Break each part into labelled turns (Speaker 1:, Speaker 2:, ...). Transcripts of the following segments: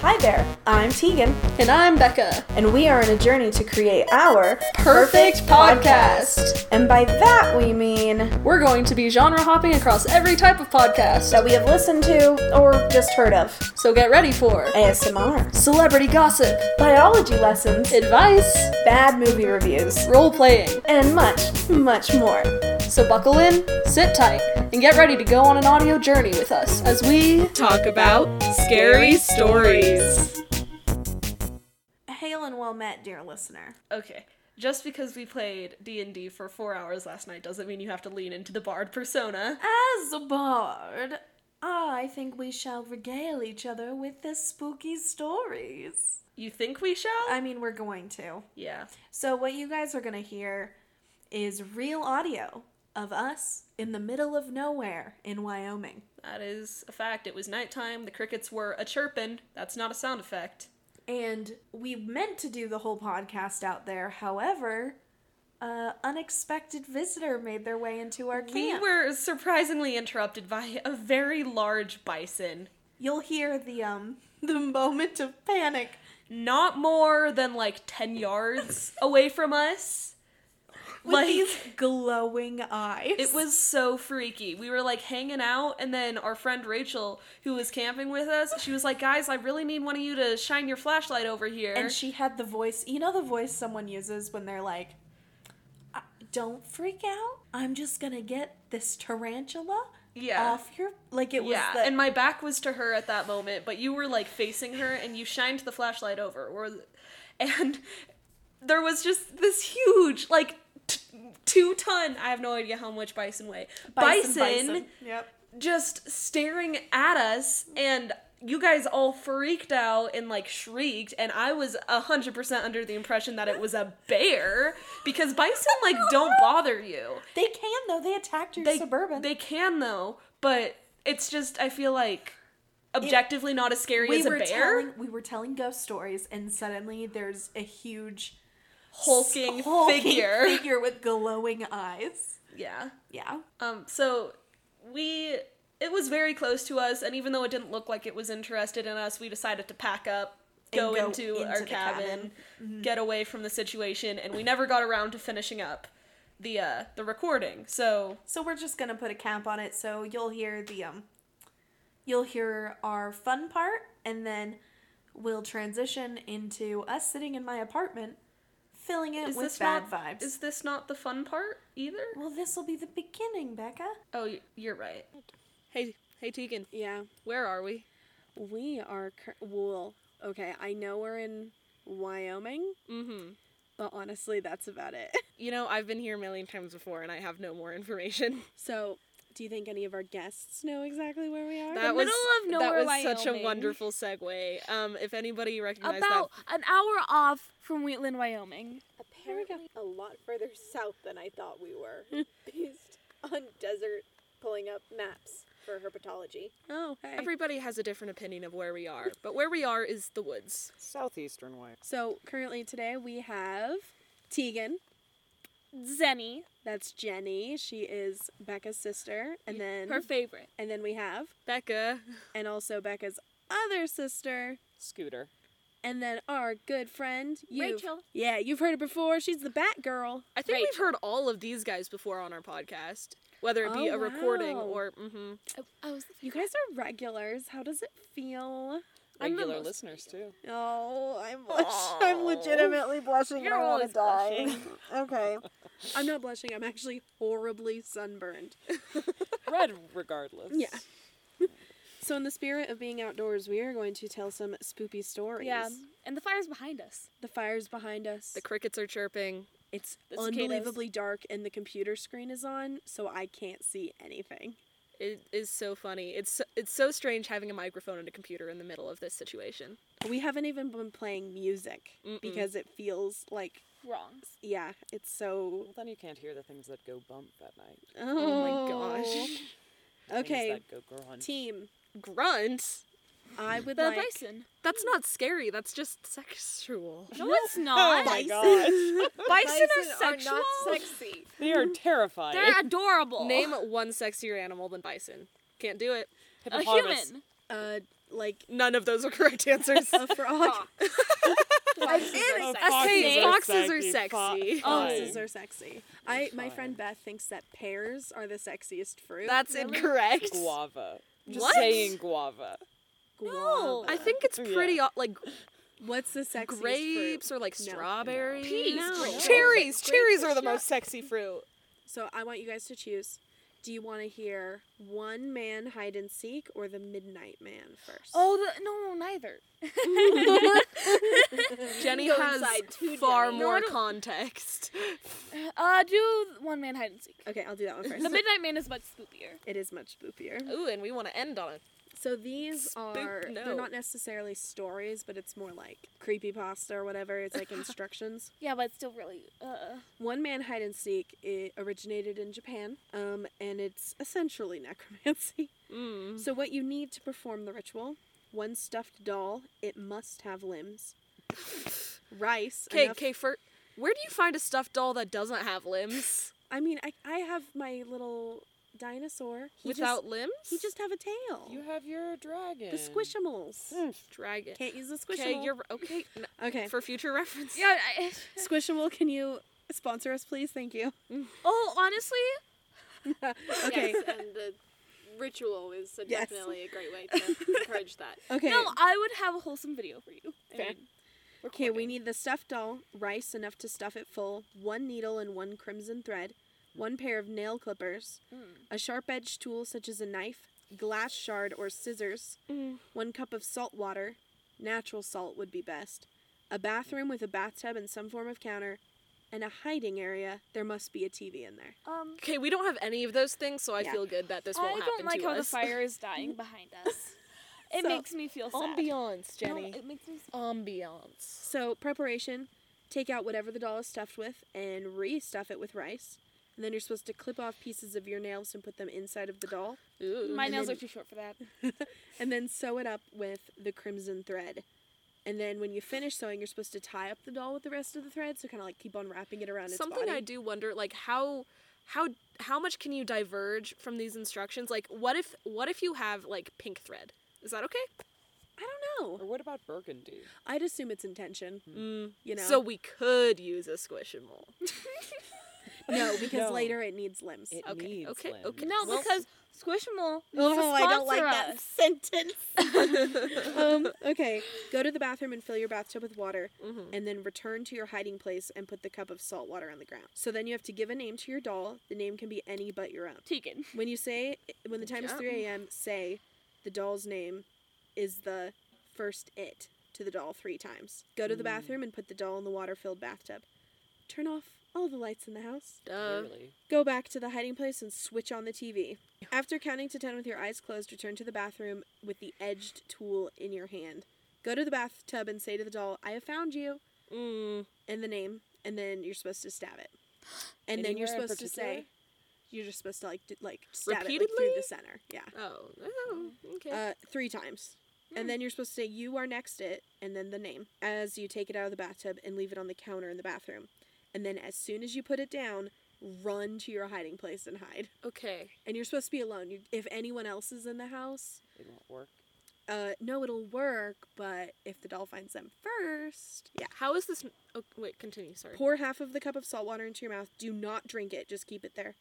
Speaker 1: Hi there, I'm Tegan,
Speaker 2: And I'm Becca.
Speaker 1: and we are on a journey to create our
Speaker 2: Perfect podcast.
Speaker 1: And by that we mean
Speaker 2: We're going to be genre hopping across every type of podcast.
Speaker 1: that we have listened to or just heard of
Speaker 2: So get ready for
Speaker 1: ASMR,
Speaker 2: celebrity gossip,
Speaker 1: biology lessons,
Speaker 2: advice,
Speaker 1: bad movie reviews,
Speaker 2: role playing.
Speaker 1: and much, much more.
Speaker 2: So buckle in, sit tight, and get ready to go on an audio journey with us as we
Speaker 3: talk about scary stories.
Speaker 1: Hail and well met, dear listener.
Speaker 3: Okay, just because we played D&D for 4 hours last night doesn't mean you have to lean into the bard persona.
Speaker 1: As a bard, I think we shall regale each other with the spooky stories.
Speaker 3: You think we shall?
Speaker 1: I mean, we're going to.
Speaker 3: yeah.
Speaker 1: So, what you guys are going to hear is real audio of us in the middle of nowhere in Wyoming.
Speaker 3: That is a fact. It was nighttime. The crickets were a chirpin. That's not a sound effect.
Speaker 1: And we meant to do the whole podcast out there. However, uh, unexpected visitor made their way into our
Speaker 3: We
Speaker 1: camp.
Speaker 3: were surprisingly interrupted by a very large bison.
Speaker 1: You'll hear the um the moment of panic.
Speaker 3: Not more than like 10 yards away from us.
Speaker 1: With these glowing eyes.
Speaker 3: It was so freaky. We were like hanging out, and then our friend Rachel, who was camping with us, she was like, "Guys, I really need one of you to shine your flashlight over here."
Speaker 1: And she had the voice, you know, the voice someone uses when they're like, "I- don't freak out. I'm just going to get this tarantula
Speaker 3: Yeah.
Speaker 1: off your. Like, it was
Speaker 3: yeah,
Speaker 1: the.
Speaker 3: and my back was to her at that moment, but you were like facing her, and you shined the flashlight over. Or- And there was just this huge, like, t- two ton. I have no idea how much bison weigh. bison
Speaker 1: Yep.
Speaker 3: just staring at us and you guys all freaked out and like shrieked and i was 100% under the impression that it was a bear because bison like don't bother you
Speaker 1: They can, though. They attacked your
Speaker 3: they,
Speaker 1: suburban.
Speaker 3: they can though but it's just i feel like objectively not as scary
Speaker 1: we
Speaker 3: as a
Speaker 1: were
Speaker 3: bear
Speaker 1: telling we were telling ghost stories, and suddenly there's a huge
Speaker 3: hulking,
Speaker 1: hulking
Speaker 3: figure
Speaker 1: figure with glowing eyes.
Speaker 3: yeah
Speaker 1: Yeah,
Speaker 3: Um, so we it was very close to us, and even though it didn't look like it was interested in us, we decided to pack up,
Speaker 1: And
Speaker 3: go,
Speaker 1: go
Speaker 3: into,
Speaker 1: into
Speaker 3: our
Speaker 1: the
Speaker 3: cabin,
Speaker 1: cabin. Mm-hmm.
Speaker 3: get away from the situation, and we never got around to finishing up the uh the recording. So
Speaker 1: so we're just gonna put a cap on it. So you'll hear the um, you'll hear our fun part, and then we'll transition into us sitting in my apartment, filling it
Speaker 3: is
Speaker 1: with
Speaker 3: this
Speaker 1: bad
Speaker 3: not,
Speaker 1: vibes.
Speaker 3: Is this not the fun part either?
Speaker 1: well, this will be the beginning, Becca.
Speaker 3: Oh, y- you're right. Hey, hey, Tegan,
Speaker 4: Yeah,
Speaker 3: where are we?
Speaker 4: we are. Cur- well, okay, I know we're in Wyoming,
Speaker 3: Mm-hmm.
Speaker 4: but honestly, that's about it.
Speaker 3: You know, I've been here a million times before, and I have no more information.
Speaker 4: So, do you think any of our guests know exactly where we are?
Speaker 3: That
Speaker 4: The
Speaker 3: was
Speaker 4: middle of
Speaker 3: that
Speaker 4: nowhere,
Speaker 3: was such a
Speaker 4: Wyoming.
Speaker 3: wonderful segue. Um, if anybody recognized
Speaker 5: about an hour off from Wheatland, Wyoming.
Speaker 4: Apparently, a lot further south than I thought we were, based on desert pulling up maps for herpetology.
Speaker 3: that, oh,
Speaker 4: Hey.
Speaker 3: everybody has a different opinion of where we are, but where we are is the woods.
Speaker 6: Southeastern way.
Speaker 4: So, currently today we have Tegan.
Speaker 5: Zenny,
Speaker 4: That's Jenny. She is Becca's sister, and then
Speaker 5: her favorite.
Speaker 4: and then we have
Speaker 3: Becca,
Speaker 4: and also Becca's other sister,
Speaker 6: Scooter.
Speaker 4: and then our good friend you.
Speaker 5: Rachel.
Speaker 4: Yeah, you've heard it before. She's the Bat Girl.
Speaker 3: I think we've
Speaker 5: Rachel.
Speaker 3: heard all of these guys before on our podcast, whether it be
Speaker 4: Oh,
Speaker 3: a recording
Speaker 4: wow.
Speaker 3: or mm-hmm.
Speaker 5: Oh, I was the
Speaker 4: You guys are regulars. How does it feel?
Speaker 5: I'm the
Speaker 6: Regular
Speaker 5: most-
Speaker 6: listeners too.
Speaker 4: Oh, I'm
Speaker 6: I'm legitimately
Speaker 4: blushing.
Speaker 5: You're always blushing.
Speaker 4: okay. I'm not blushing. I'm actually horribly sunburned.
Speaker 6: Red regardless.
Speaker 4: Yeah. So, in the spirit of being outdoors, we are going to tell some spoopy stories.
Speaker 5: Yeah, and the fire's behind us.
Speaker 4: The fire's behind us.
Speaker 3: the crickets are chirping.
Speaker 4: it's
Speaker 5: the cicadas.
Speaker 4: unbelievably dark, and the computer screen is on, so I can't see anything.
Speaker 3: It is so funny. It's so, it's so strange having a microphone and a computer in the middle of this situation.
Speaker 4: We haven't even been playing music
Speaker 3: Mm-mm.
Speaker 4: because it feels like,
Speaker 5: Wrong.
Speaker 4: yeah, it's so
Speaker 6: Well, then you can't hear the things that go bump at night.
Speaker 3: Oh my gosh.
Speaker 4: Oh. Okay,
Speaker 6: Things that go grunge.
Speaker 4: team.
Speaker 3: Grunt.
Speaker 4: I would
Speaker 5: The
Speaker 4: like.
Speaker 5: bison.
Speaker 3: That's not scary. That's just sexual.
Speaker 5: No, it's
Speaker 6: Oh
Speaker 5: not.
Speaker 6: my gosh.
Speaker 5: Bison, are sexual.
Speaker 4: sexy.
Speaker 6: they are terrifying.
Speaker 5: They're adorable.
Speaker 3: Name one sexier animal than bison. Can't do it.
Speaker 5: a
Speaker 6: Hippopotamus.
Speaker 5: human.
Speaker 4: Uh,
Speaker 7: like none of those are correct answers.
Speaker 5: A frog.
Speaker 8: A
Speaker 5: A
Speaker 8: fox
Speaker 5: snake.
Speaker 8: is a
Speaker 7: Foxes are
Speaker 8: fo-
Speaker 7: sexy.
Speaker 8: fine.
Speaker 1: Foxes are sexy. I my friend Beth thinks that pears are the sexiest fruit.
Speaker 7: That's incorrect.
Speaker 8: guava. Just
Speaker 7: What?
Speaker 8: saying guava.
Speaker 5: No.
Speaker 1: Guava.
Speaker 7: I think it's
Speaker 8: Yeah.
Speaker 7: pretty o- like
Speaker 1: What's the sexiest fruit?
Speaker 7: grapes or like
Speaker 1: No.
Speaker 7: strawberries.
Speaker 5: Peas.
Speaker 7: No.
Speaker 5: Grapes.
Speaker 7: Cherries. Cherries are the most sexy fruit.
Speaker 1: So I want you guys to choose. Do you want to hear one man hide and seek or the midnight man first?
Speaker 5: Oh, the, no, neither.
Speaker 7: Jenny
Speaker 9: Go
Speaker 7: has
Speaker 9: inside too,
Speaker 7: far
Speaker 9: Jenny.
Speaker 7: more
Speaker 5: No, I don't-
Speaker 7: context.
Speaker 5: Uh, do one man hide and seek.
Speaker 1: Okay, I'll do that one first.
Speaker 5: The Midnight Man is much spookier.
Speaker 1: it is much spoopier.
Speaker 7: Ooh, and we want to end on it.
Speaker 1: So these are
Speaker 7: no.
Speaker 1: they're not necessarily stories, but it's more like creepy pasta or whatever. It's like instructions.
Speaker 5: Yeah, but it's still really. Uh,
Speaker 1: One man hide and seek it originated in Japan, um, and it's essentially necromancy. So what you need to perform the ritual: one stuffed doll. It must have limbs. Rice.
Speaker 7: Okay,
Speaker 1: enough-
Speaker 7: okay, for where do you find a stuffed doll that doesn't have limbs?
Speaker 1: I mean, I, I have my little dinosaur. He
Speaker 7: Without
Speaker 1: just,
Speaker 7: limbs?
Speaker 1: he just have a tail.
Speaker 8: You have your dragon.
Speaker 1: the squishimals.
Speaker 7: dragon.
Speaker 1: Can't use the
Speaker 7: Okay,
Speaker 1: squishimal.
Speaker 7: you're okay. n-
Speaker 1: okay.
Speaker 7: For future reference.
Speaker 5: yeah. I,
Speaker 1: Squishable, can you sponsor us, please? Thank you.
Speaker 5: oh, honestly,
Speaker 1: Okay.
Speaker 9: Yes, and the ritual is a-
Speaker 1: Yes.
Speaker 9: definitely a great way to encourage that.
Speaker 1: Okay.
Speaker 5: no. I would have a wholesome video for you. I
Speaker 1: Fair.
Speaker 5: mean,
Speaker 1: Okay, we need the stuffed doll, rice enough to stuff it full, one needle and one crimson thread, one pair of nail clippers, a sharp edged tool such as a knife, glass shard or scissors, one cup of salt water, natural salt would be best, a bathroom with a bathtub and some form of counter, and a hiding area. There must be a TV in there.
Speaker 5: um,
Speaker 7: Okay, we don't have any of those things, so I
Speaker 1: Yeah.
Speaker 7: feel good that this
Speaker 5: I
Speaker 7: won't happen
Speaker 5: don't like
Speaker 7: to
Speaker 5: how
Speaker 7: us.
Speaker 5: the fire is dying behind us. It
Speaker 1: So,
Speaker 5: makes me feel sad.
Speaker 7: Ambiance,
Speaker 5: No,
Speaker 7: Jenny.
Speaker 5: it makes me. s-
Speaker 7: Ambiance.
Speaker 1: So, preparation take out whatever the doll is stuffed with and re stuff it with rice. And then you're supposed to clip off pieces of your nails and put them inside of the doll.
Speaker 7: Ooh.
Speaker 5: My nails are
Speaker 1: then-
Speaker 5: too short for that.
Speaker 1: and then sew it up with the crimson thread. And then when you finish sewing, you're supposed to tie up the doll with the rest of the thread, so kind of like keep on wrapping it around
Speaker 7: Something
Speaker 1: its body.
Speaker 7: I do wonder, like how how how much can you diverge from these instructions? Like what if what if you have like pink thread? Is that okay?
Speaker 1: I don't know.
Speaker 8: Or what about burgundy?
Speaker 1: I'd assume it's intention. You know.
Speaker 7: So we could use a squishable.
Speaker 1: no, because
Speaker 8: No.
Speaker 1: later it needs limbs.
Speaker 8: It
Speaker 7: Okay,
Speaker 8: needs
Speaker 7: okay,
Speaker 8: limbs.
Speaker 7: okay.
Speaker 5: No,
Speaker 7: Well-
Speaker 5: because Squishmallow needs to
Speaker 1: Oh, I don't like
Speaker 5: sponsor
Speaker 1: that
Speaker 5: us.
Speaker 1: sentence. um, okay, go to the bathroom and fill your bathtub with water, and then return to your hiding place and put the cup of salt water on the ground. So then you have to give a name to your doll. The name can be any but your own.
Speaker 5: Tegan.
Speaker 1: When you say, when the time is 3 a.m., say the doll's name is the first it to the doll three times. Go to the bathroom and put the doll in the water filled bathtub. Turn off all the lights in the house.
Speaker 7: Duh.
Speaker 8: Clearly.
Speaker 1: Go back to the hiding place and switch on the TV. After counting to 10 with your eyes closed, return to the bathroom with the edged tool in your hand. Go to the bathtub and say to the doll, I have found you,
Speaker 7: Mm.
Speaker 1: and the name, and then you're supposed to stab it. And then you're
Speaker 8: Anywhere in
Speaker 1: supposed to say,
Speaker 8: particular?
Speaker 1: you're just supposed to like d- like stab it like, through
Speaker 7: Repeatedly?
Speaker 1: the center. Yeah.
Speaker 7: Oh, oh, okay. Hmm.
Speaker 1: Uh, three times. And then you're supposed to say, You are next it, and then the name, as you take it out of the bathtub and leave it on the counter in the bathroom. And then as soon as you put it down, run to your hiding place and hide.
Speaker 7: okay.
Speaker 1: And you're supposed to be alone. You, if anyone else is in the house,
Speaker 8: It won't work.
Speaker 1: uh, no, it'll work, but if the doll finds them first, yeah.
Speaker 7: How is this? Oh, wait, continue. Sorry.
Speaker 1: Pour half of the cup of salt water into your mouth. Do not drink it, just keep it there.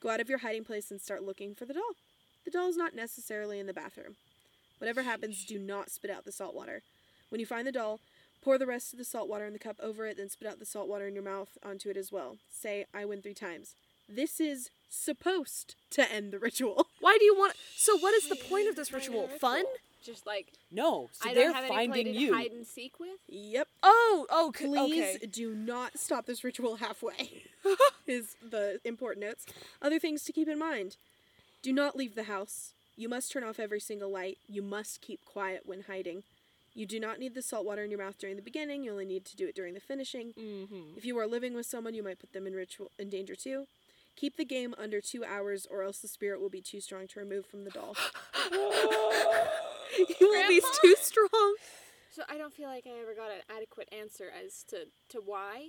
Speaker 1: Go out of your hiding place and start looking for the doll. The doll is not necessarily in the bathroom. Whatever happens, do not spit out the salt water. When you find the doll, pour the rest of the salt water in the cup over it, then spit out the salt water in your mouth onto it as well. Say, I win three times. This is supposed to end the ritual.
Speaker 7: Why do you want? So, what is the point of this ritual? Fun?
Speaker 9: Just like
Speaker 8: No, so
Speaker 9: I
Speaker 8: they're
Speaker 9: don't have any play
Speaker 8: finding
Speaker 9: to
Speaker 8: you.
Speaker 9: hide and seek with.
Speaker 1: yep.
Speaker 7: Oh, oh, c-
Speaker 1: Please
Speaker 7: okay.
Speaker 1: do not stop this ritual halfway. is the important notes. Other things to keep in mind. Do not leave the house. You must turn off every single light. You must keep quiet when hiding. You do not need the salt water in your mouth during the beginning. You only need to do it during the finishing.
Speaker 7: Mm-hmm.
Speaker 1: If you are living with someone, you might put them in ritual in danger too. Keep the game under two hours, or else the spirit will be too strong to remove from the doll.
Speaker 7: You will be too strong.
Speaker 9: So I don't feel like I ever got an adequate answer as to to why.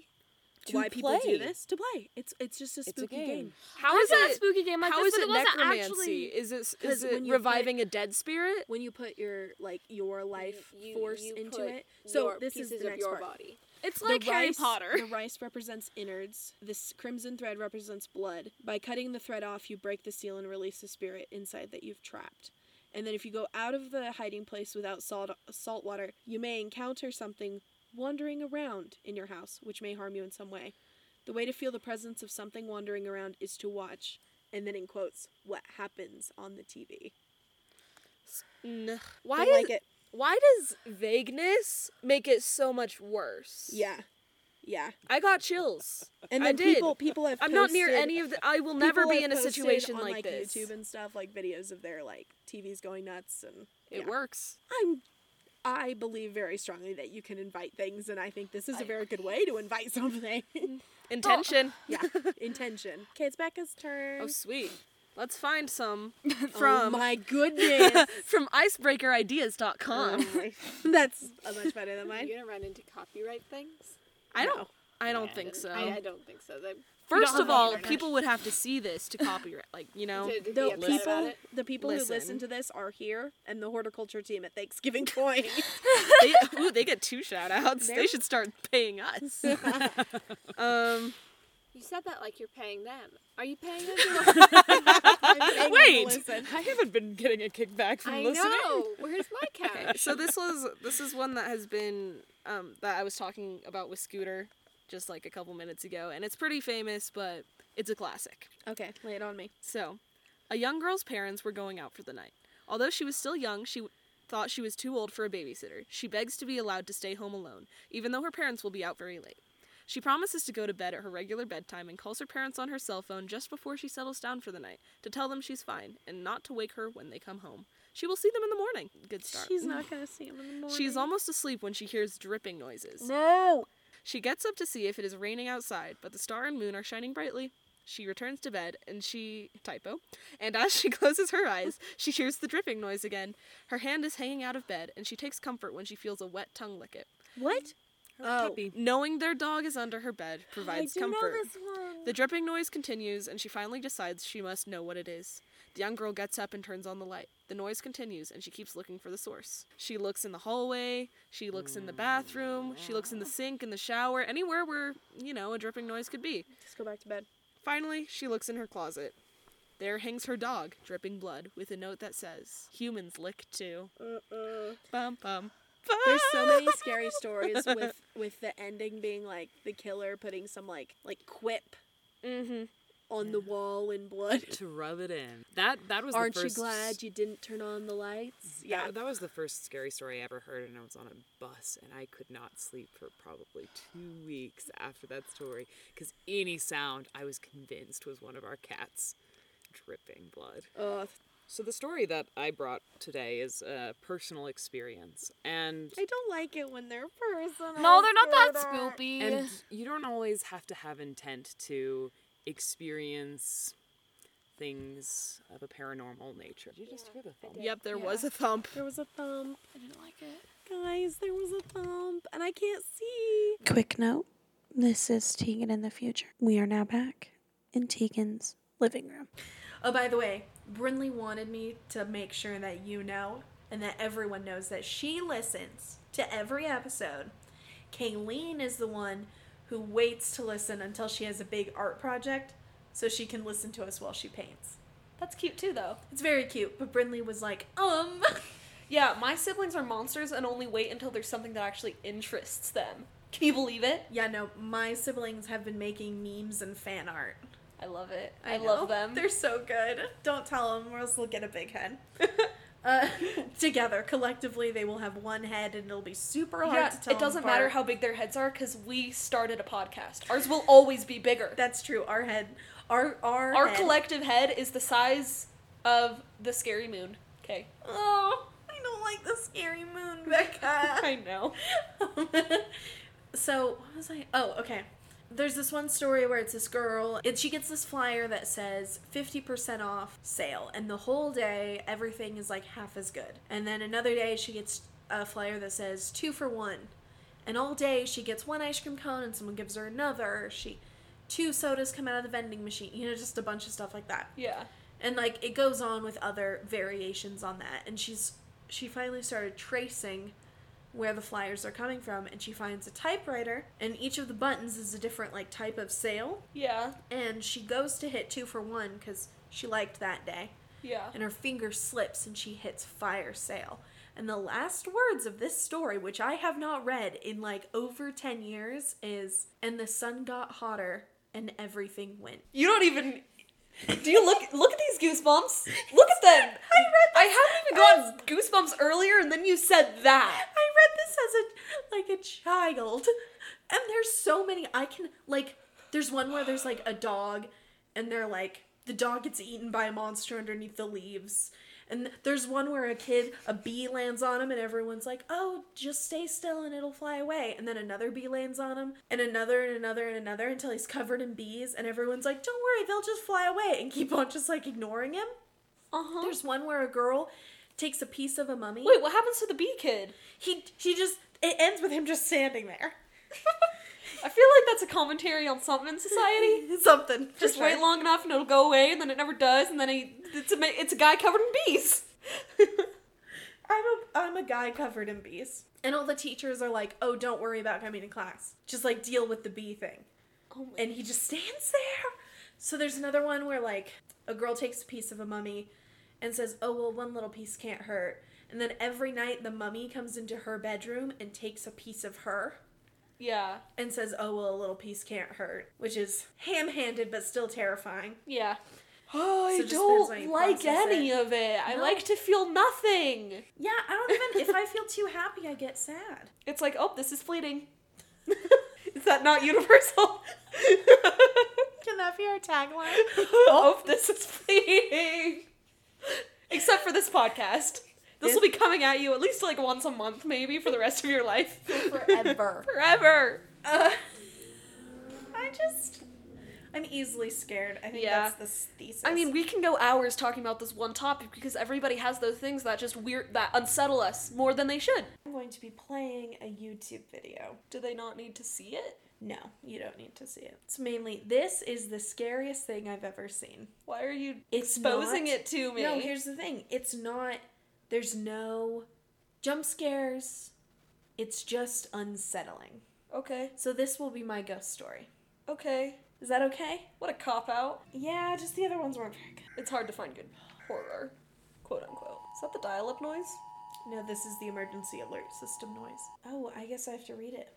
Speaker 7: To
Speaker 4: why people
Speaker 7: play.
Speaker 4: do this to play. It's it's just a
Speaker 7: a
Speaker 4: spooky
Speaker 7: game.
Speaker 4: game.
Speaker 5: How is that a spooky game like
Speaker 7: How
Speaker 5: this?
Speaker 7: is
Speaker 5: but
Speaker 7: it
Speaker 5: wasn't
Speaker 7: necromancy?
Speaker 5: actually
Speaker 7: is it is
Speaker 4: 'Cause
Speaker 7: it
Speaker 4: when you put-
Speaker 7: reviving a dead spirit?
Speaker 4: When you put your like your life
Speaker 7: you-
Speaker 4: force
Speaker 7: you
Speaker 4: into
Speaker 7: put
Speaker 4: it, so
Speaker 7: your
Speaker 4: this is
Speaker 7: pieces
Speaker 4: the
Speaker 7: of
Speaker 4: next
Speaker 7: your
Speaker 4: part.
Speaker 7: body.
Speaker 5: It's
Speaker 4: The
Speaker 5: like Harry
Speaker 4: rice-
Speaker 5: Potter.
Speaker 4: The rice represents innards. This crimson thread represents blood. By cutting the thread off, you break the seal and release the spirit inside that you've trapped. And then, if you go out of the hiding place without salt, salt water, you may encounter something wandering around in your house, which may harm you in some way. The way to feel the presence of something wandering around is to watch, and then in quotes, what happens on the TV.
Speaker 7: Why
Speaker 4: I
Speaker 7: is,
Speaker 4: like it.
Speaker 7: why does vagueness make it so much worse?
Speaker 4: Yeah, yeah.
Speaker 7: I got chills.
Speaker 4: And
Speaker 7: I
Speaker 4: then
Speaker 7: did.
Speaker 4: people, people have.
Speaker 7: I'm not near
Speaker 4: posted-
Speaker 7: any of the. I will never
Speaker 4: people
Speaker 7: be
Speaker 4: have
Speaker 7: in a
Speaker 4: posted
Speaker 7: situation
Speaker 4: on,
Speaker 7: like,
Speaker 4: like
Speaker 7: this.
Speaker 4: YouTube and stuff, like videos of their like TVs going nuts, and
Speaker 7: it
Speaker 4: yeah. Oh.
Speaker 7: works.
Speaker 4: I'm, I believe very strongly that you can invite things, and I think this is a very good way to invite something.
Speaker 7: Intention.
Speaker 4: yeah, intention. Okay, it's Becca's turn.
Speaker 7: Oh sweet. Let's find some
Speaker 4: Oh
Speaker 7: from
Speaker 4: my goodness,
Speaker 7: from icebreakerideas.com.
Speaker 4: that's uh, much better than mine.
Speaker 10: You gonna run into copyright things?
Speaker 7: I don't I don't
Speaker 10: I
Speaker 7: think
Speaker 10: don't-
Speaker 7: so.
Speaker 10: I, I don't think so. They,
Speaker 7: First of
Speaker 5: have the
Speaker 7: all,
Speaker 5: internet.
Speaker 7: people would have to see this to copyright like, you know.
Speaker 10: to, to
Speaker 4: The
Speaker 10: be upset about
Speaker 4: people,
Speaker 10: it.
Speaker 4: the people who
Speaker 7: Listen.
Speaker 4: listen to this are here, and the horticulture team at Thanksgiving Coin.
Speaker 7: they, ooh, they get two shout outs. They
Speaker 4: They're-
Speaker 7: should start paying us. um
Speaker 10: You said that like you're paying them. Are you paying them?
Speaker 7: Wait.
Speaker 4: Listen.
Speaker 6: I haven't been getting a kickback from
Speaker 10: I
Speaker 6: listening.
Speaker 10: know. Where's my couch?
Speaker 7: so this was this is one that has been um, that I was talking about with Scooter just like a couple minutes ago, and it's pretty famous, but it's a classic.
Speaker 4: Okay, lay it on me.
Speaker 7: So, a young girl's parents were going out for the night. Although she was still young, she w- thought she was too old for a babysitter. She begs to be allowed to stay home alone, even though her parents will be out very late. She promises to go to bed at her regular bedtime and calls her parents on her cell phone just before she settles down for the night to tell them she's fine and not to wake her when they come home. She will see them in the morning. Good start.
Speaker 4: She's not gonna see him in the morning.
Speaker 7: She's almost asleep when she hears dripping noises.
Speaker 4: no.
Speaker 7: She gets up to see if it is raining outside, but the star and moon are shining brightly. She returns to bed and she typo. And as she closes her eyes, she hears the dripping noise again. Her hand is hanging out of bed and she takes comfort when she feels a wet tongue lick it.
Speaker 4: What? Oh,
Speaker 7: Knowing their dog is under her bed provides
Speaker 4: do know
Speaker 7: comfort.
Speaker 4: this one.
Speaker 7: The dripping noise continues, and she finally decides she must know what it is. The young girl gets up and turns on the light. The noise continues, and she keeps looking for the source. She looks in the hallway, she looks in the bathroom, she looks in the sink, in the shower, anywhere where, you know, a dripping noise could be.
Speaker 4: Just go back to bed.
Speaker 7: Finally, she looks in her closet. There hangs her dog, dripping blood, with a note that says, Humans lick too.
Speaker 4: Uh-uh.
Speaker 7: Bum bum. bum.
Speaker 4: There's so many scary stories with with the ending being like the killer putting some like like quip Mm-hmm. on the wall in blood.
Speaker 8: to rub it in. That that was.
Speaker 4: Aren't
Speaker 8: the
Speaker 4: you
Speaker 8: first,
Speaker 4: glad you didn't turn on the lights?
Speaker 8: Yeah, that was the first scary story I ever heard, and I was on a bus, and I could not sleep for probably two weeks after that story because any sound I was convinced was one of our cats dripping blood.
Speaker 4: Ugh.
Speaker 8: So the story that I brought today is a personal experience, and
Speaker 4: I don't like it when they're personal.
Speaker 5: no, Oh, they're not that
Speaker 4: Scooter.
Speaker 5: spoopy.
Speaker 8: and you don't always have to have intent to experience things of a paranormal nature. Did you just hear the thump?
Speaker 7: Yep, there was a thump.
Speaker 4: There was a thump,
Speaker 5: I didn't like it.
Speaker 4: guys. There was a thump, and I can't see.
Speaker 11: Quick note this is Tegan in the future. We are now back in Tegan's living room.
Speaker 1: Oh, by the way, Brinley wanted me to make sure that you know and that everyone knows that she listens to every episode. Kayleen is the one who waits to listen until she has a big art project so she can listen to us while she paints.
Speaker 3: That's cute too, though.
Speaker 1: It's very cute, but Brinley was like, um.
Speaker 3: Yeah, my siblings are monsters and only wait until there's something that actually interests them. Can you believe it?
Speaker 1: Yeah, no, my siblings have been making memes and fan art.
Speaker 3: I love it. I,
Speaker 1: I know.
Speaker 3: love them.
Speaker 1: They're so good. Don't tell them, or else they'll get a big head. uh, together, collectively, they will have one head, and it'll be super hard
Speaker 3: yeah,
Speaker 1: to tell.
Speaker 3: it
Speaker 1: 'em
Speaker 3: doesn't matter
Speaker 1: apart.
Speaker 3: how big their heads are because we started a podcast. Ours will always be bigger.
Speaker 1: That's true. Our head, our our
Speaker 3: Our
Speaker 1: head-
Speaker 3: collective head is the size of the scary moon. Okay.
Speaker 1: Oh, I don't like the scary moon, Becca.
Speaker 3: I know.
Speaker 1: so what was I? Oh, okay. There's this one story where it's this girl, and she gets this flyer that says 50% off sale, and the whole day everything is like half as good. And then another day she gets a flyer that says two for one, And all day she gets one ice cream cone and someone gives her another. She two sodas come out of the vending machine. You know, just a bunch of stuff like that.
Speaker 3: Yeah.
Speaker 1: And like it goes on with other variations on that. And she's she finally started tracing where the flyers are coming from and she finds a typewriter and each of the buttons is a different like type of sale
Speaker 3: Yeah.
Speaker 1: and she goes to hit two for one because she liked that day
Speaker 3: Yeah.
Speaker 1: and her finger slips and she hits fire sale. And the last words of this story, which I have not read in like over 10 years, is and the sun got hotter and everything went.
Speaker 3: You don't even. Do you look look at these goosebumps? Look at them. I read. Um, I haven't even gone goosebumps earlier, and then you said that.
Speaker 1: I read this as a like a child. And there's so many I can like there's one where there's like a dog and they're like the dog gets eaten by a monster underneath the leaves. And there's one where a kid, a bee lands on him, and everyone's like, oh, just stay still and it'll fly away. And then another bee lands on him, and another, and another, and another, until he's covered in bees. And everyone's like, don't worry, they'll just fly away, and keep on just like ignoring him. Uh-huh. There's one where a girl takes a piece of a mummy
Speaker 3: Wait, what happens to the bee kid?
Speaker 1: he she just it ends with him just standing there.
Speaker 3: I feel like that's a commentary on something in society.
Speaker 1: Something. for
Speaker 3: Just
Speaker 1: sure.
Speaker 3: wait long enough and it'll go away, and then it never does, and then he, it's a ma- it's a guy covered in bees.
Speaker 1: I'm a I'm a guy covered in bees. And all the teachers are like, "Oh, don't worry about coming to class. Just like deal with the bee thing."
Speaker 3: Oh
Speaker 1: and he just stands there. So there's another one where like a girl takes a piece of a mummy and says, "Oh, well, one little piece can't hurt." And then every night the mummy comes into her bedroom and takes a piece of her.
Speaker 3: Yeah,
Speaker 1: and says, "Oh well, a little piece can't hurt," which is ham-handed but still terrifying.
Speaker 3: yeah. Oh, I
Speaker 1: So it just depends on how
Speaker 3: don't
Speaker 1: you
Speaker 3: like
Speaker 1: process
Speaker 3: any
Speaker 1: it.
Speaker 3: of it. I
Speaker 1: No.
Speaker 3: like to feel nothing.
Speaker 1: Yeah, I don't even. if I feel too happy, I get sad.
Speaker 3: It's like, oh, this is fleeting. is that not universal?
Speaker 1: Can that be our tagline?
Speaker 3: oh, this is fleeting. Except for this podcast. This will be coming at you at least like once a month, maybe, for the rest of your life.
Speaker 1: Forever.
Speaker 3: Forever.
Speaker 1: uh, I just, I'm easily scared. I think
Speaker 3: Yeah.
Speaker 1: that's the s- thesis.
Speaker 3: I mean, we can go hours talking about this one topic because everybody has those things that just weird that unsettle us more than they should.
Speaker 1: I'm going to be playing a YouTube video.
Speaker 3: Do they not need to see it?
Speaker 1: No, you don't need to see it. It's mainly this is the scariest thing I've ever seen.
Speaker 3: Why are you
Speaker 1: It's
Speaker 3: exposing
Speaker 1: not-
Speaker 3: it to me?
Speaker 1: No, here's the thing. It's not. There's no jump scares. It's just unsettling.
Speaker 3: okay,
Speaker 1: So this will be my ghost story.
Speaker 3: okay.
Speaker 1: Is that okay?
Speaker 3: What a cop out.
Speaker 1: Yeah, just the other ones weren't very good.
Speaker 3: It's hard to find good horror, quote unquote. Is that the dial up noise?
Speaker 1: No, this is the emergency alert system noise. Oh, I guess I have to read it.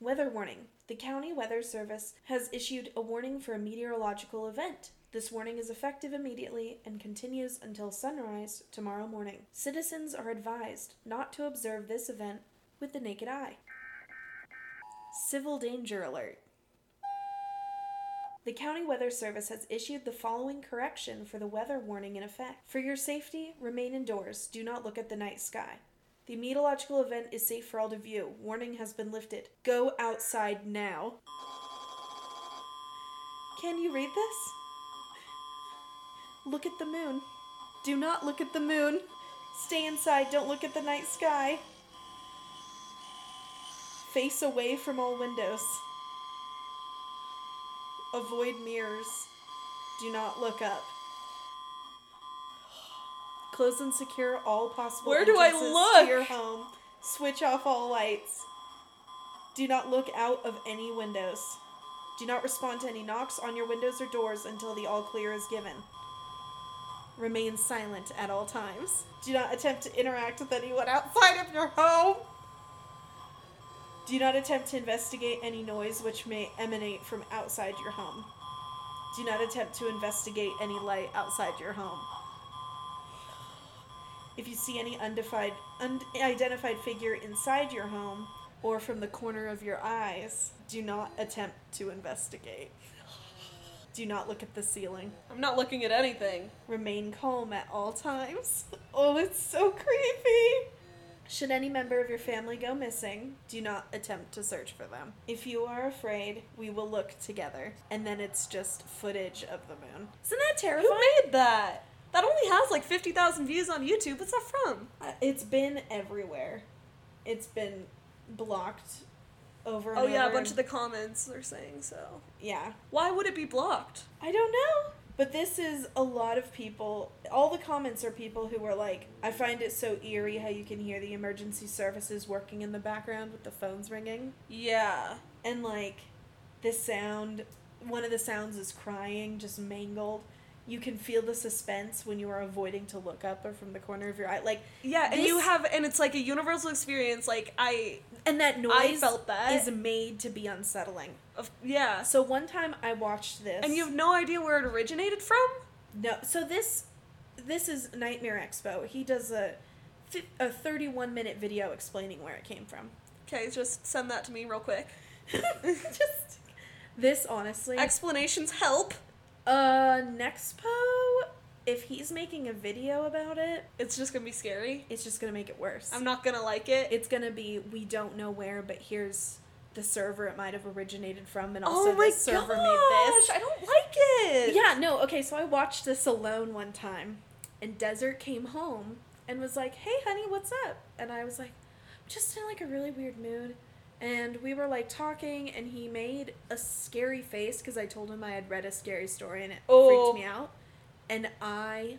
Speaker 1: Weather warning. The County Weather Service has issued a warning for a meteorological event. This warning is effective immediately and continues until sunrise tomorrow morning. Citizens are advised not to observe this event with the naked eye. Civil danger alert. The County Weather Service has issued the following correction for the weather warning in effect. For your safety, remain indoors. Do not look at the night sky. The meteorological event is safe for all to view. Warning has been lifted. Go outside now. Can you read this? Look at the moon. Do not look at the moon. Stay inside. Don't look at the night sky. Face away from all windows. Avoid mirrors. Do not look up. Close and secure all possible
Speaker 3: Where do I
Speaker 1: entrances
Speaker 3: look?
Speaker 1: to your home. Switch off all lights. Do not look out of any windows. Do not respond to any knocks on your windows or doors until the all clear is given. Remain silent at all times. Do not attempt to interact with anyone outside of your home. Do not attempt to investigate any noise which may emanate from outside your home. Do not attempt to investigate any light outside your home. If you see any undefined, unidentified figure inside your home or from the corner of your eyes, do not attempt to investigate. Do not look at the ceiling.
Speaker 3: I'm not looking at anything.
Speaker 1: Remain calm at all times. Oh, it's so creepy. Should any member of your family go missing, do not attempt to search for them. If you are afraid, we will look together. And then it's just footage of the moon. Isn't that
Speaker 3: Who
Speaker 1: terrifying?
Speaker 3: made that? That only has like 50,000 views on YouTube. What's that from?
Speaker 1: Uh, It's been everywhere. It's been blocked over and
Speaker 3: Oh yeah, a
Speaker 1: over
Speaker 3: bunch of
Speaker 1: and-
Speaker 3: the comments are saying so.
Speaker 1: Yeah.
Speaker 3: Why would it be blocked?
Speaker 1: I don't know. But this is a lot of people. All the comments are people who were like, I find it so eerie how you can hear the emergency services working in the background with the phones ringing.
Speaker 3: Yeah.
Speaker 1: And like, this sound, one of the sounds is crying, just mangled. You can feel the suspense when you are avoiding to look up or from the corner of your eye. Like,
Speaker 3: Yeah, and you
Speaker 1: This-
Speaker 3: have and it's like a universal experience like uh, I
Speaker 1: and that
Speaker 3: I
Speaker 1: noise is
Speaker 3: felt that.
Speaker 1: made to be unsettling.
Speaker 3: of, yeah.
Speaker 1: So one time I watched this.
Speaker 3: And you have no idea where it originated from?
Speaker 1: No, so this this is Nightmare Expo. He does a fi- a 31 minute video explaining where it came from.
Speaker 3: Okay, just send that to me real quick.
Speaker 1: Just this honestly.
Speaker 3: Explanations help.
Speaker 1: uh Nexpo if he's making a video about it,
Speaker 3: It's just gonna be scary.
Speaker 1: it's just going to make it worse.
Speaker 3: I'm not gonna like it.
Speaker 1: it's going to be we don't know where, but here's the server it might have originated from and also
Speaker 3: oh my
Speaker 1: this server
Speaker 3: gosh,
Speaker 1: made this.
Speaker 3: I don't like it.
Speaker 1: Yeah, no, okay, so I watched this alone one time, and Desert came home and was like, hey, honey, what's up? And I was like, I'm just in like a really weird mood. And we were like talking, and he made a scary face because I told him I had read a scary story and it
Speaker 3: Oh.
Speaker 1: freaked me out. And I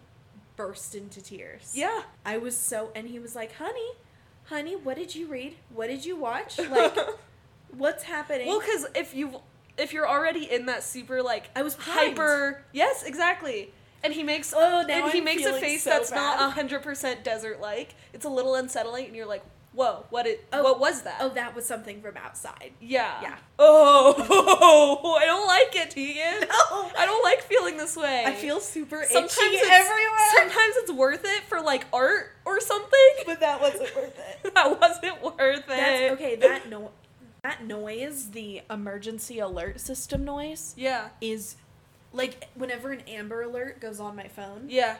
Speaker 1: burst into tears.
Speaker 3: Yeah.
Speaker 1: I was so, and he was like, honey, honey, what did you read? What did you watch? Like, what's happening?
Speaker 3: Well, because if you if you're already in that super like
Speaker 1: I was primed.
Speaker 3: hyper. Yes, exactly. And he makes
Speaker 1: Oh, now
Speaker 3: and he
Speaker 1: I'm
Speaker 3: makes a
Speaker 1: feeling
Speaker 3: face
Speaker 1: so
Speaker 3: that's
Speaker 1: bad.
Speaker 3: not hundred percent desert like. It's a little unsettling, and you're like, whoa, what it
Speaker 1: Oh.
Speaker 3: what was that?
Speaker 1: oh, that was something from outside.
Speaker 3: Yeah.
Speaker 1: Yeah.
Speaker 3: Oh, I don't like it, Tegan. No. I don't like feeling this way.
Speaker 1: I feel super itchy
Speaker 3: sometimes it's,
Speaker 1: everywhere.
Speaker 3: Sometimes it's worth it for like art or something.
Speaker 1: but that wasn't worth it.
Speaker 3: that wasn't worth it.
Speaker 1: That's okay. That no, that noise, the emergency alert system noise,
Speaker 3: Yeah.
Speaker 1: is like whenever an Amber Alert goes on my phone,
Speaker 3: Yeah.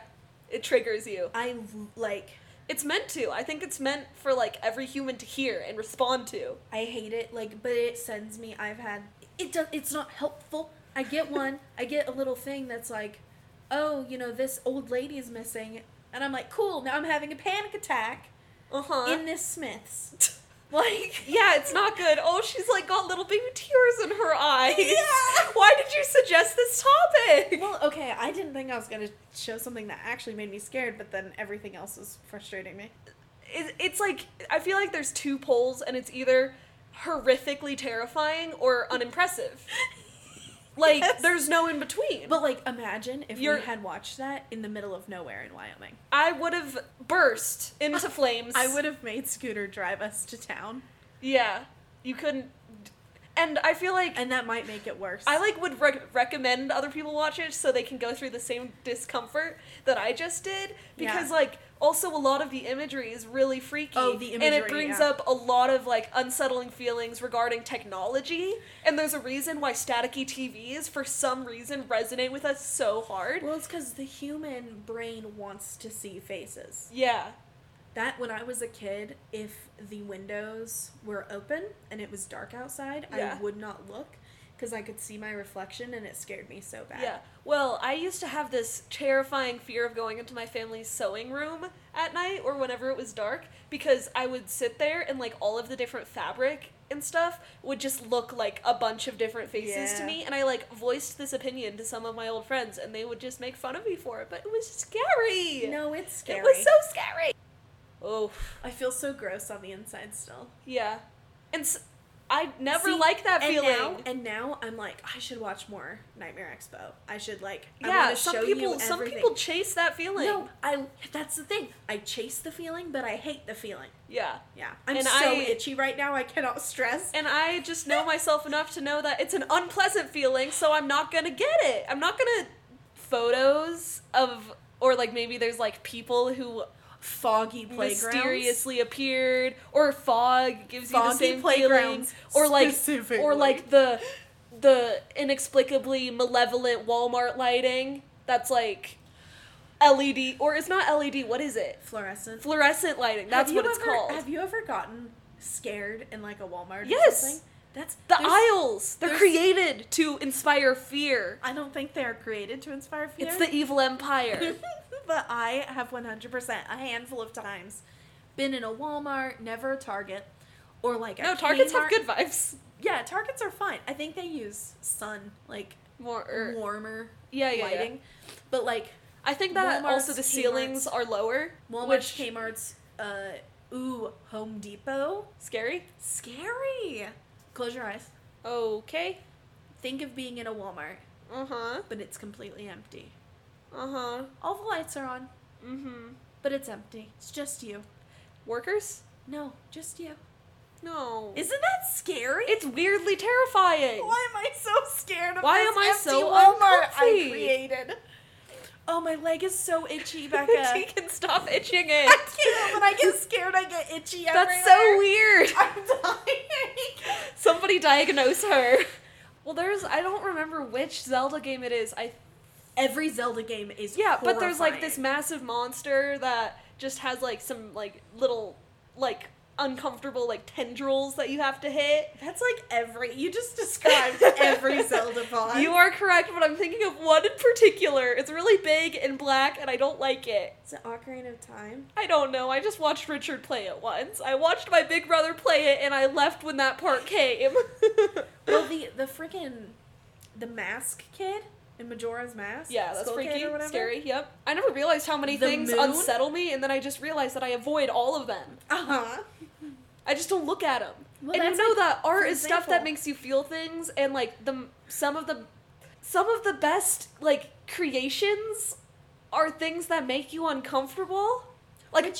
Speaker 3: It triggers you.
Speaker 1: I l- like
Speaker 3: It's meant to. I think it's meant for like every human to hear and respond to.
Speaker 1: I hate it. Like, but it sends me. I've had it. Does it's not helpful. I get one. I get a little thing that's like, oh, you know, this old lady is missing, and I'm like, cool. Now I'm having a panic attack
Speaker 3: Uh huh.
Speaker 1: in this Smiths. Like,
Speaker 3: yeah, it's not good. Oh, she's like got little baby tears in her eyes. Yeah. Why did you suggest this topic?
Speaker 1: Well, okay, I didn't think I was gonna show something that actually made me scared, but then everything else was frustrating me.
Speaker 3: It, it's like I feel like there's two poles, and it's either horrifically terrifying or unimpressive. like
Speaker 1: Yes.
Speaker 3: there's no in between.
Speaker 1: But like, imagine if
Speaker 3: You're-
Speaker 1: we had watched that in the middle of nowhere in Wyoming.
Speaker 3: I would have burst into flames.
Speaker 1: I would have made Scooter drive us to town,
Speaker 3: Yeah. You couldn't. And I feel like
Speaker 1: and that might make it worse.
Speaker 3: I like would rec- recommend other people watch it so they can go through the same discomfort that I just did because
Speaker 1: Yeah.
Speaker 3: like also a lot of the imagery is really freaky
Speaker 1: Oh, the
Speaker 3: and it
Speaker 1: imagery,
Speaker 3: brings
Speaker 1: yeah.
Speaker 3: up a lot of like unsettling feelings regarding technology and there's a reason why staticky TVs for some reason resonate with us so hard.
Speaker 1: Well, it's because the human brain wants to see faces.
Speaker 3: Yeah.
Speaker 1: That when I was a kid, if the windows were open and it was dark outside,
Speaker 3: Yeah.
Speaker 1: I would not look because I could see my reflection, and it scared me so bad.
Speaker 3: Yeah. Well, I used to have this terrifying fear of going into my family's sewing room at night or whenever it was dark because I would sit there and like all of the different fabric and stuff would just look like a bunch of different faces to
Speaker 1: Yeah.
Speaker 3: me and I like voiced this opinion to some of my old friends and they would just make fun of me for it, but it was scary.
Speaker 1: No, it's scary.
Speaker 3: It was so scary. Oh,
Speaker 1: I feel so gross on the inside still.
Speaker 3: yeah. And s I I never
Speaker 1: See,
Speaker 3: liked that
Speaker 1: and
Speaker 3: feeling.
Speaker 1: Now, and now I'm like, I should watch more Nightmare Expo. I should like. I
Speaker 3: yeah,
Speaker 1: wanna show
Speaker 3: some
Speaker 1: you
Speaker 3: people some
Speaker 1: everything.
Speaker 3: people chase that feeling.
Speaker 1: No, I. That's the thing. I chase the feeling, but I hate the feeling.
Speaker 3: Yeah.
Speaker 1: Yeah, I'm
Speaker 3: And
Speaker 1: so
Speaker 3: I-
Speaker 1: itchy right now. I cannot stress.
Speaker 3: And I just know myself enough to know that it's an unpleasant feeling, so I'm not gonna get it. I'm not gonna photos of or like maybe there's like people who
Speaker 1: Foggy playgrounds.
Speaker 3: mysteriously appeared or fog gives you the
Speaker 1: Foggy
Speaker 3: same feeling
Speaker 1: playgrounds,
Speaker 3: or like or
Speaker 1: specifically.
Speaker 3: like the the inexplicably malevolent Walmart lighting that's like LED or it's not LED, what is it?
Speaker 1: fluorescent.
Speaker 3: Fluorescent lighting.
Speaker 1: Have
Speaker 3: That's
Speaker 1: you
Speaker 3: what it's
Speaker 1: ever-
Speaker 3: called.
Speaker 1: Have you ever gotten scared in like a Walmart?
Speaker 3: Yes.
Speaker 1: Or something? That's
Speaker 3: the
Speaker 1: there's-
Speaker 3: aisles. They're
Speaker 1: there's-
Speaker 3: created to inspire fear.
Speaker 1: I don't think they are created to inspire fear.
Speaker 3: It's the evil empire.
Speaker 1: but I have 100% a handful of times been in a Walmart, never a Target,
Speaker 4: or like a
Speaker 3: No, targets
Speaker 4: cane
Speaker 3: have
Speaker 4: mark.
Speaker 3: good vibes.
Speaker 4: Yeah, targets are fine. I think they use sun like
Speaker 3: More. Er,
Speaker 4: warmer
Speaker 3: yeah, yeah, yeah.
Speaker 4: lighting, but like
Speaker 3: I think that
Speaker 4: Walmart's,
Speaker 3: also the ceilings
Speaker 4: Kmart's-
Speaker 3: are lower,
Speaker 4: Walmart,
Speaker 3: which
Speaker 4: Kmart's, uh, ooh, Home Depot,
Speaker 3: scary.
Speaker 4: scary. Close your eyes.
Speaker 3: Okay.
Speaker 4: Think of being in a Walmart,
Speaker 3: Uh huh.
Speaker 4: but it's completely empty.
Speaker 3: Uh huh.
Speaker 4: All the lights are on,
Speaker 3: Mm-hmm.
Speaker 4: but it's empty. It's just you.
Speaker 3: Workers?
Speaker 4: No, just you.
Speaker 3: No.
Speaker 4: Isn't that scary?
Speaker 3: It's weirdly terrifying.
Speaker 4: Why am I so scared of
Speaker 3: Why
Speaker 4: this
Speaker 3: am I
Speaker 4: empty
Speaker 3: so
Speaker 4: Walmart I
Speaker 3: uncomfy?
Speaker 4: created? Oh, my leg is so itchy, Becca.
Speaker 3: she can stop itching it.
Speaker 4: I can't. When I get scared, I get itchy
Speaker 3: That's so
Speaker 4: everywhere.
Speaker 3: weird.
Speaker 4: I'm dying.
Speaker 3: Somebody diagnose her. Well, there's I don't remember which Zelda game it is. I
Speaker 4: Every Zelda game is
Speaker 3: yeah, but there's like this
Speaker 4: horrifying.
Speaker 3: massive monster that just has like some like little like uncomfortable like tendrils that you have to hit.
Speaker 4: That's like every. You just described every Zelda vibe.
Speaker 3: You are correct, but I'm thinking of one in particular. It's really big and black, and I don't like it.
Speaker 4: It's an Ocarina of Time.
Speaker 3: I don't know. I just watched Richard play it once. I watched my big brother play it, and I left when that part came.
Speaker 4: Well, the the freaking the mask kid in Majora's Mask.
Speaker 3: yeah, that's
Speaker 4: Skull Kid
Speaker 3: freaky,
Speaker 4: or whatever.
Speaker 3: scary. Yep. I never realized how many
Speaker 4: The
Speaker 3: things
Speaker 4: moon?
Speaker 3: unsettle me, and then I just realized that I avoid all of them.
Speaker 4: Uh huh.
Speaker 3: I just don't look at them.
Speaker 4: Well,
Speaker 3: and you
Speaker 4: that's
Speaker 3: know
Speaker 4: like,
Speaker 3: that art
Speaker 4: for
Speaker 3: is stuff that
Speaker 4: example-
Speaker 3: makes you feel things, and like the some of the some of the best like creations are things that make you uncomfortable. Like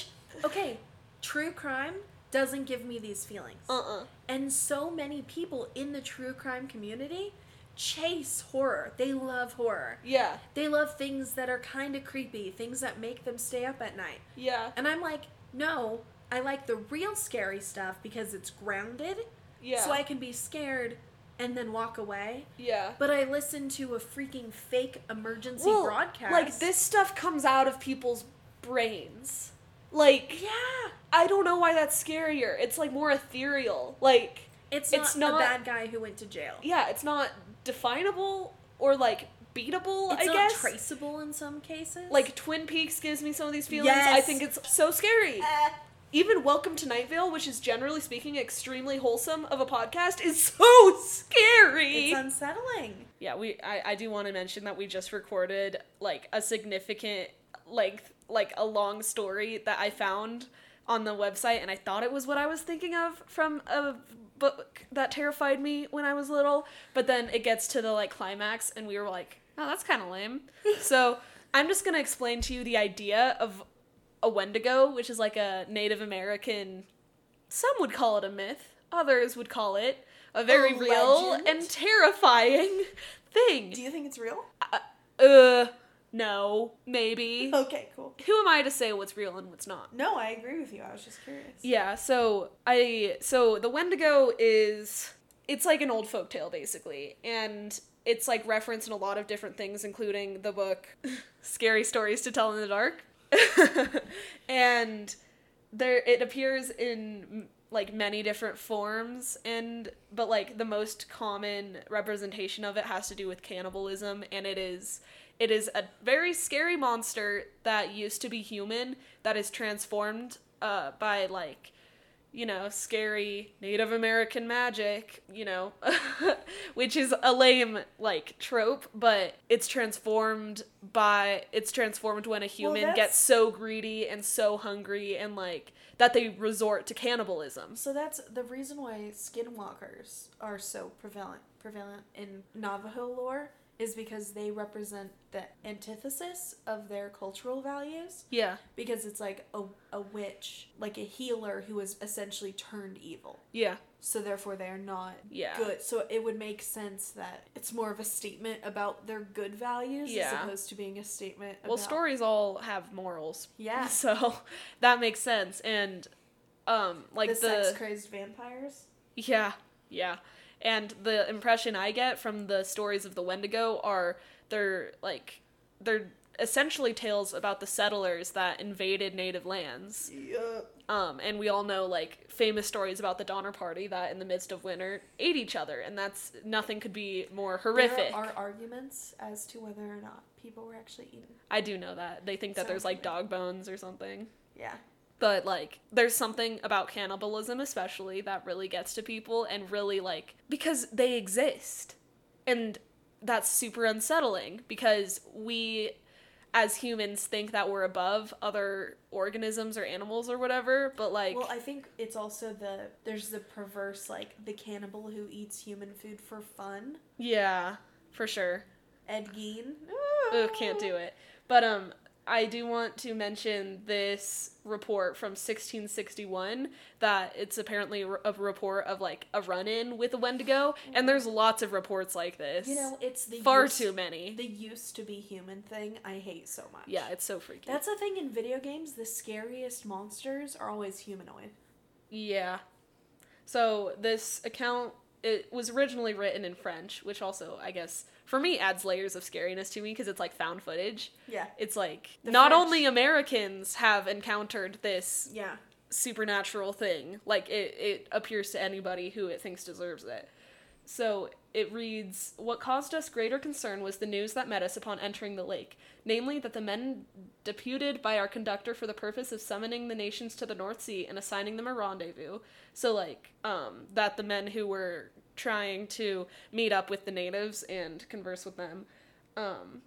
Speaker 4: Okay, true crime doesn't give me these feelings.
Speaker 3: uh uh
Speaker 4: And so many people in the true crime community chase horror. They love horror.
Speaker 3: Yeah.
Speaker 4: They love things that are kind of creepy, things that make them stay up at night.
Speaker 3: Yeah.
Speaker 4: And I'm like, no, I like the real scary stuff because it's grounded,
Speaker 3: Yeah.
Speaker 4: so I can be scared and then walk away.
Speaker 3: yeah.
Speaker 4: But I listen to a freaking fake emergency
Speaker 3: Well,
Speaker 4: broadcast.
Speaker 3: Like this stuff comes out of people's brains. Like
Speaker 4: Yeah.
Speaker 3: I don't know why that's scarier. It's like more ethereal. Like
Speaker 4: It's not,
Speaker 3: It's
Speaker 4: the
Speaker 3: not-
Speaker 4: bad guy who went to jail.
Speaker 3: yeah, it's not definable or like beatable.
Speaker 4: It's
Speaker 3: I
Speaker 4: not
Speaker 3: guess.
Speaker 4: traceable in some cases.
Speaker 3: like Twin Peaks gives me some of these feelings. I
Speaker 4: Yes.
Speaker 3: think it's so scary.
Speaker 4: Eh.
Speaker 3: Even Welcome to Night Vale, which is generally speaking extremely wholesome of a podcast, is so scary.
Speaker 4: it's unsettling.
Speaker 3: Yeah, we I, I do want to mention that we just recorded like a significant length like a long story that I found on the website and I thought it was what I was thinking of from a book that terrified me when I was little, but then it gets to the like climax and we were like, "Oh, that's kind of lame." so, I'm just going to explain to you the idea of a Wendigo, which is like a Native American some would call it a myth, others would call it a very real
Speaker 4: legend?
Speaker 3: and terrifying thing.
Speaker 4: you think it's real?
Speaker 3: uh, no, maybe.
Speaker 4: Okay, cool.
Speaker 3: Who am I to say what's real and what's not?
Speaker 4: No, I agree with you. I was just curious.
Speaker 3: Yeah, so I so the Wendigo is it's like an old folktale basically, and it's like referenced in a lot of different things, including the book Scary Stories to Tell in the Dark. and there it appears in like many different forms and but like the most common representation of it has to do with cannibalism and it is it is a very scary monster that used to be human that is transformed uh by like you know scary native american magic you know which is a lame like trope but it's transformed by it's transformed when a human
Speaker 4: that's-
Speaker 3: gets so greedy and so hungry and like that they resort to cannibalism.
Speaker 4: So that's the reason why skinwalkers are so prevalent prevalent in Navajo lore is because they represent the antithesis of their cultural values
Speaker 3: Yeah.
Speaker 4: because it's like a, a witch, like a healer who is essentially turned evil.
Speaker 3: Yeah.
Speaker 4: So therefore they are not
Speaker 3: Yeah.
Speaker 4: good. So it would make sense that it's more of a statement about their good values as
Speaker 3: Yeah.
Speaker 4: opposed to being a statement
Speaker 3: Well,
Speaker 4: about
Speaker 3: stories all have morals.
Speaker 4: Yeah.
Speaker 3: So that makes sense and um like
Speaker 4: the,
Speaker 3: the,
Speaker 4: sex crazed vampires.
Speaker 3: Yeah. Yeah. And the impression I get from the stories of the Wendigo are they're like they're essentially tales about the settlers that invaded native lands. Um, and we all know like famous stories about the Donner Party that in the midst of winter ate each other, and that's nothing could be more horrific.
Speaker 4: There are arguments as to whether or not people were actually eaten.
Speaker 3: I do know that they think that
Speaker 4: Sounds
Speaker 3: there's like
Speaker 4: familiar.
Speaker 3: dog bones or something.
Speaker 4: Yeah.
Speaker 7: But like there's something about cannibalism especially that really gets to people and really like because they exist. And that's super unsettling because we as humans think that we're above other organisms or animals or whatever, but like
Speaker 1: well, I think it's also the there's the perverse like the cannibal who eats human food for fun.
Speaker 7: yeah, for sure.
Speaker 1: Ed Gein.
Speaker 7: Ugh, can't do it. But um, I do want to mention this report from 1661 that it's apparently a re- a report of like a run-in with a Wendigo, and there's lots of reports like this.
Speaker 1: You know, it's the
Speaker 7: far
Speaker 1: used-
Speaker 7: too many.
Speaker 1: The used to be human thing I hate so much.
Speaker 7: yeah, it's so freaky.
Speaker 1: That's the thing in video games, the scariest monsters are always humanoid.
Speaker 7: yeah. So this account it was originally written in French, which also I guess for me adds layers of scariness to me because it's like found footage.
Speaker 1: Yeah.
Speaker 7: It's like
Speaker 1: The
Speaker 7: not
Speaker 1: French-
Speaker 7: only Americans have encountered this
Speaker 1: Yeah.
Speaker 7: supernatural thing. Like it, it appears to anybody who it thinks deserves it. So it reads What caused us greater concern was the news that met us upon entering the lake, namely that the men deputed by our conductor for the purpose of summoning the nations to the North Sea and assigning them a rendezvous. So, like, um, that the men who were trying to meet up with the natives and converse with them, um,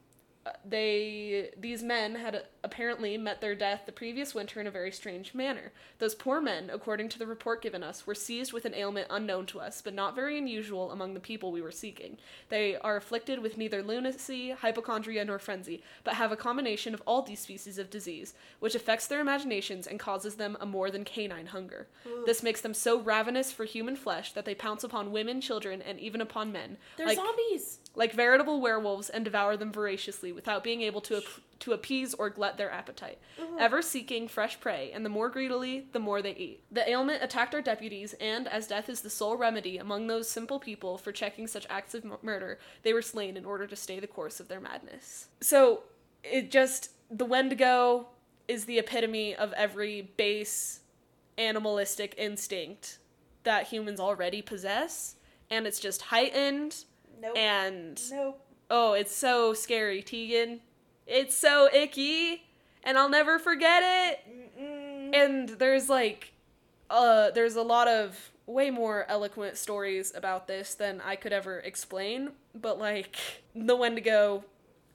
Speaker 7: uh, they these men had apparently met their death the previous winter in a very strange manner. Those poor men, according to the report given us, were seized with an ailment unknown to us, but not very unusual among the people we were seeking. They are afflicted with neither lunacy, hypochondria, nor frenzy, but have a combination of all these species of disease, which affects their imaginations and causes them a more than canine hunger. This makes them so ravenous for human flesh that they pounce upon women, children, and even upon men.
Speaker 1: They're
Speaker 7: like-
Speaker 1: zombies.
Speaker 7: like veritable werewolves and devour them voraciously without being able to, ap- to appease or glut their appetite, ever seeking fresh prey, and the more greedily, the more they eat. The ailment attacked our deputies, and as death is the sole remedy among those simple people for checking such acts of m- murder, they were slain in order to stay the course of their madness. So it just, the Wendigo is the epitome of every base animalistic instinct that humans already possess, and it's just heightened.
Speaker 1: Nope.
Speaker 7: And
Speaker 1: nope.
Speaker 7: oh, it's so scary, Tegan. It's so icky, and I'll never forget it. And there's like, uh, there's a lot of way more eloquent stories about this than I could ever explain. But like, the Wendigo,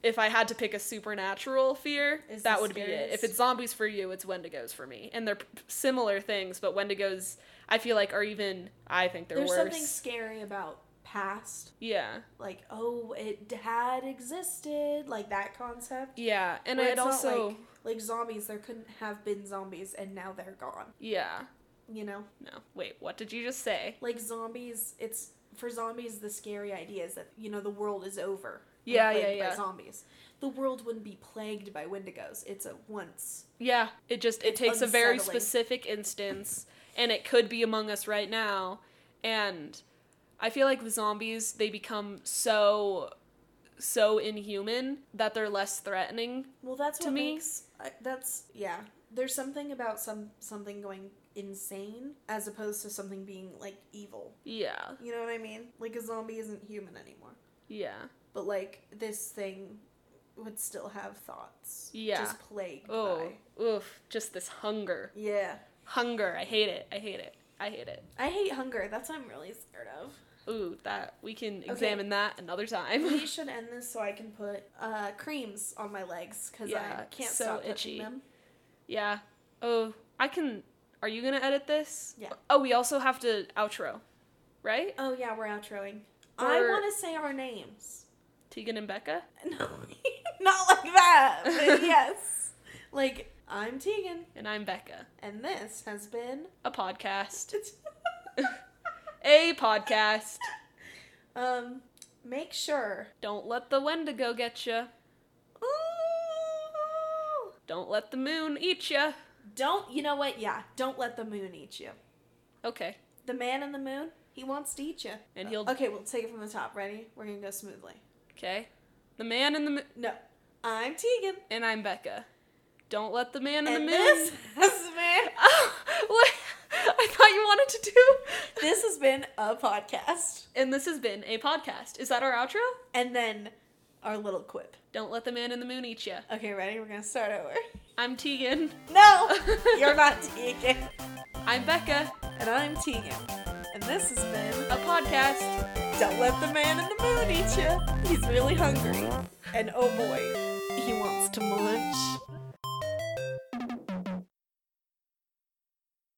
Speaker 7: if I had to pick a supernatural fear,
Speaker 1: Is
Speaker 7: that
Speaker 1: the
Speaker 7: would be it.
Speaker 1: scariest.
Speaker 7: If it's zombies for you, it's Wendigos for me, and they're p- similar things, but Wendigos, I feel like are even. I think they're
Speaker 1: There's
Speaker 7: worse.
Speaker 1: something scary about past.
Speaker 7: yeah.
Speaker 1: Like, oh, it had existed, like that concept.
Speaker 7: Yeah, and
Speaker 1: Where
Speaker 7: I'd
Speaker 1: it's not
Speaker 7: also
Speaker 1: like, like zombies, there couldn't have been zombies and now they're gone.
Speaker 7: yeah.
Speaker 1: You know?
Speaker 7: No, wait, what did you just say?
Speaker 1: Like zombies, it's for zombies the scary idea is that, you know, the world is over. We're
Speaker 7: Yeah, yeah,
Speaker 1: plagued by
Speaker 7: yeah.
Speaker 1: zombies. The world wouldn't be plagued by wendigos. It's a once.
Speaker 7: Yeah, it just it takes a very
Speaker 1: unsettling.
Speaker 7: specific instance, and it could be among us right now, and I feel like with zombies they become so so inhuman that they're less threatening.
Speaker 1: Well, that's
Speaker 7: To
Speaker 1: what
Speaker 7: me-
Speaker 1: makes I that's yeah. There's something about some something going insane as opposed to something being like evil.
Speaker 7: Yeah,
Speaker 1: You know what I mean? Like a zombie isn't human anymore,
Speaker 7: yeah.
Speaker 1: but like this thing would still have thoughts.
Speaker 7: Yeah.
Speaker 1: just plagued
Speaker 7: Oh,
Speaker 1: by.
Speaker 7: oof! Just this hunger,
Speaker 1: Yeah,
Speaker 7: hunger. I hate it. I hate it. I hate it.
Speaker 1: I hate hunger. That's what I'm really scared of.
Speaker 7: Ooh, that we can examine that another
Speaker 1: We
Speaker 7: time.
Speaker 1: should end this so I can put uh, creams on my legs because
Speaker 7: Yeah,
Speaker 1: I can't
Speaker 7: so
Speaker 1: stop touching
Speaker 7: itchy.
Speaker 1: them.
Speaker 7: yeah. Oh, I can. Are you gonna edit this?
Speaker 1: Yeah.
Speaker 7: Oh, we also have to outro, right?
Speaker 1: Oh yeah, we're outroing. I
Speaker 7: We're-
Speaker 1: want to say our names.
Speaker 7: Tegan and Becca.
Speaker 1: No, not like that. But yes. Like, I'm Tegan,
Speaker 7: And I'm Becca.
Speaker 1: and this has been.
Speaker 7: A podcast. A podcast.
Speaker 1: um, make sure.
Speaker 7: Don't let the Wendigo get you.
Speaker 1: Ooh,
Speaker 7: Don't let the moon eat you.
Speaker 1: don't, you know what? Yeah, don't let the moon eat you.
Speaker 7: Okay.
Speaker 1: The man in the moon, he wants to eat you.
Speaker 7: And he'll.
Speaker 1: Okay, we'll take it from the top. Ready? We're gonna go smoothly.
Speaker 7: Okay. The man in the moon.
Speaker 1: No. I'm Tegan,
Speaker 7: And I'm Becca. Don't let the man in
Speaker 1: and
Speaker 7: the moon.
Speaker 1: this has been.
Speaker 7: Oh, what? I thought you wanted to do.
Speaker 1: This has been a podcast,
Speaker 7: And this has been a podcast. Is that our outro?
Speaker 1: and then our little quip.
Speaker 7: Don't let the man in the moon eat you.
Speaker 4: Okay, ready? We're gonna start over.
Speaker 7: I'm Tegan.
Speaker 4: No! You're not Tegan.
Speaker 7: I'm Becca.
Speaker 4: And I'm Tegan. And this has been
Speaker 7: A podcast.
Speaker 4: Don't Let the Man in the Moon Eat You. He's really hungry. And oh boy, he wants to munch.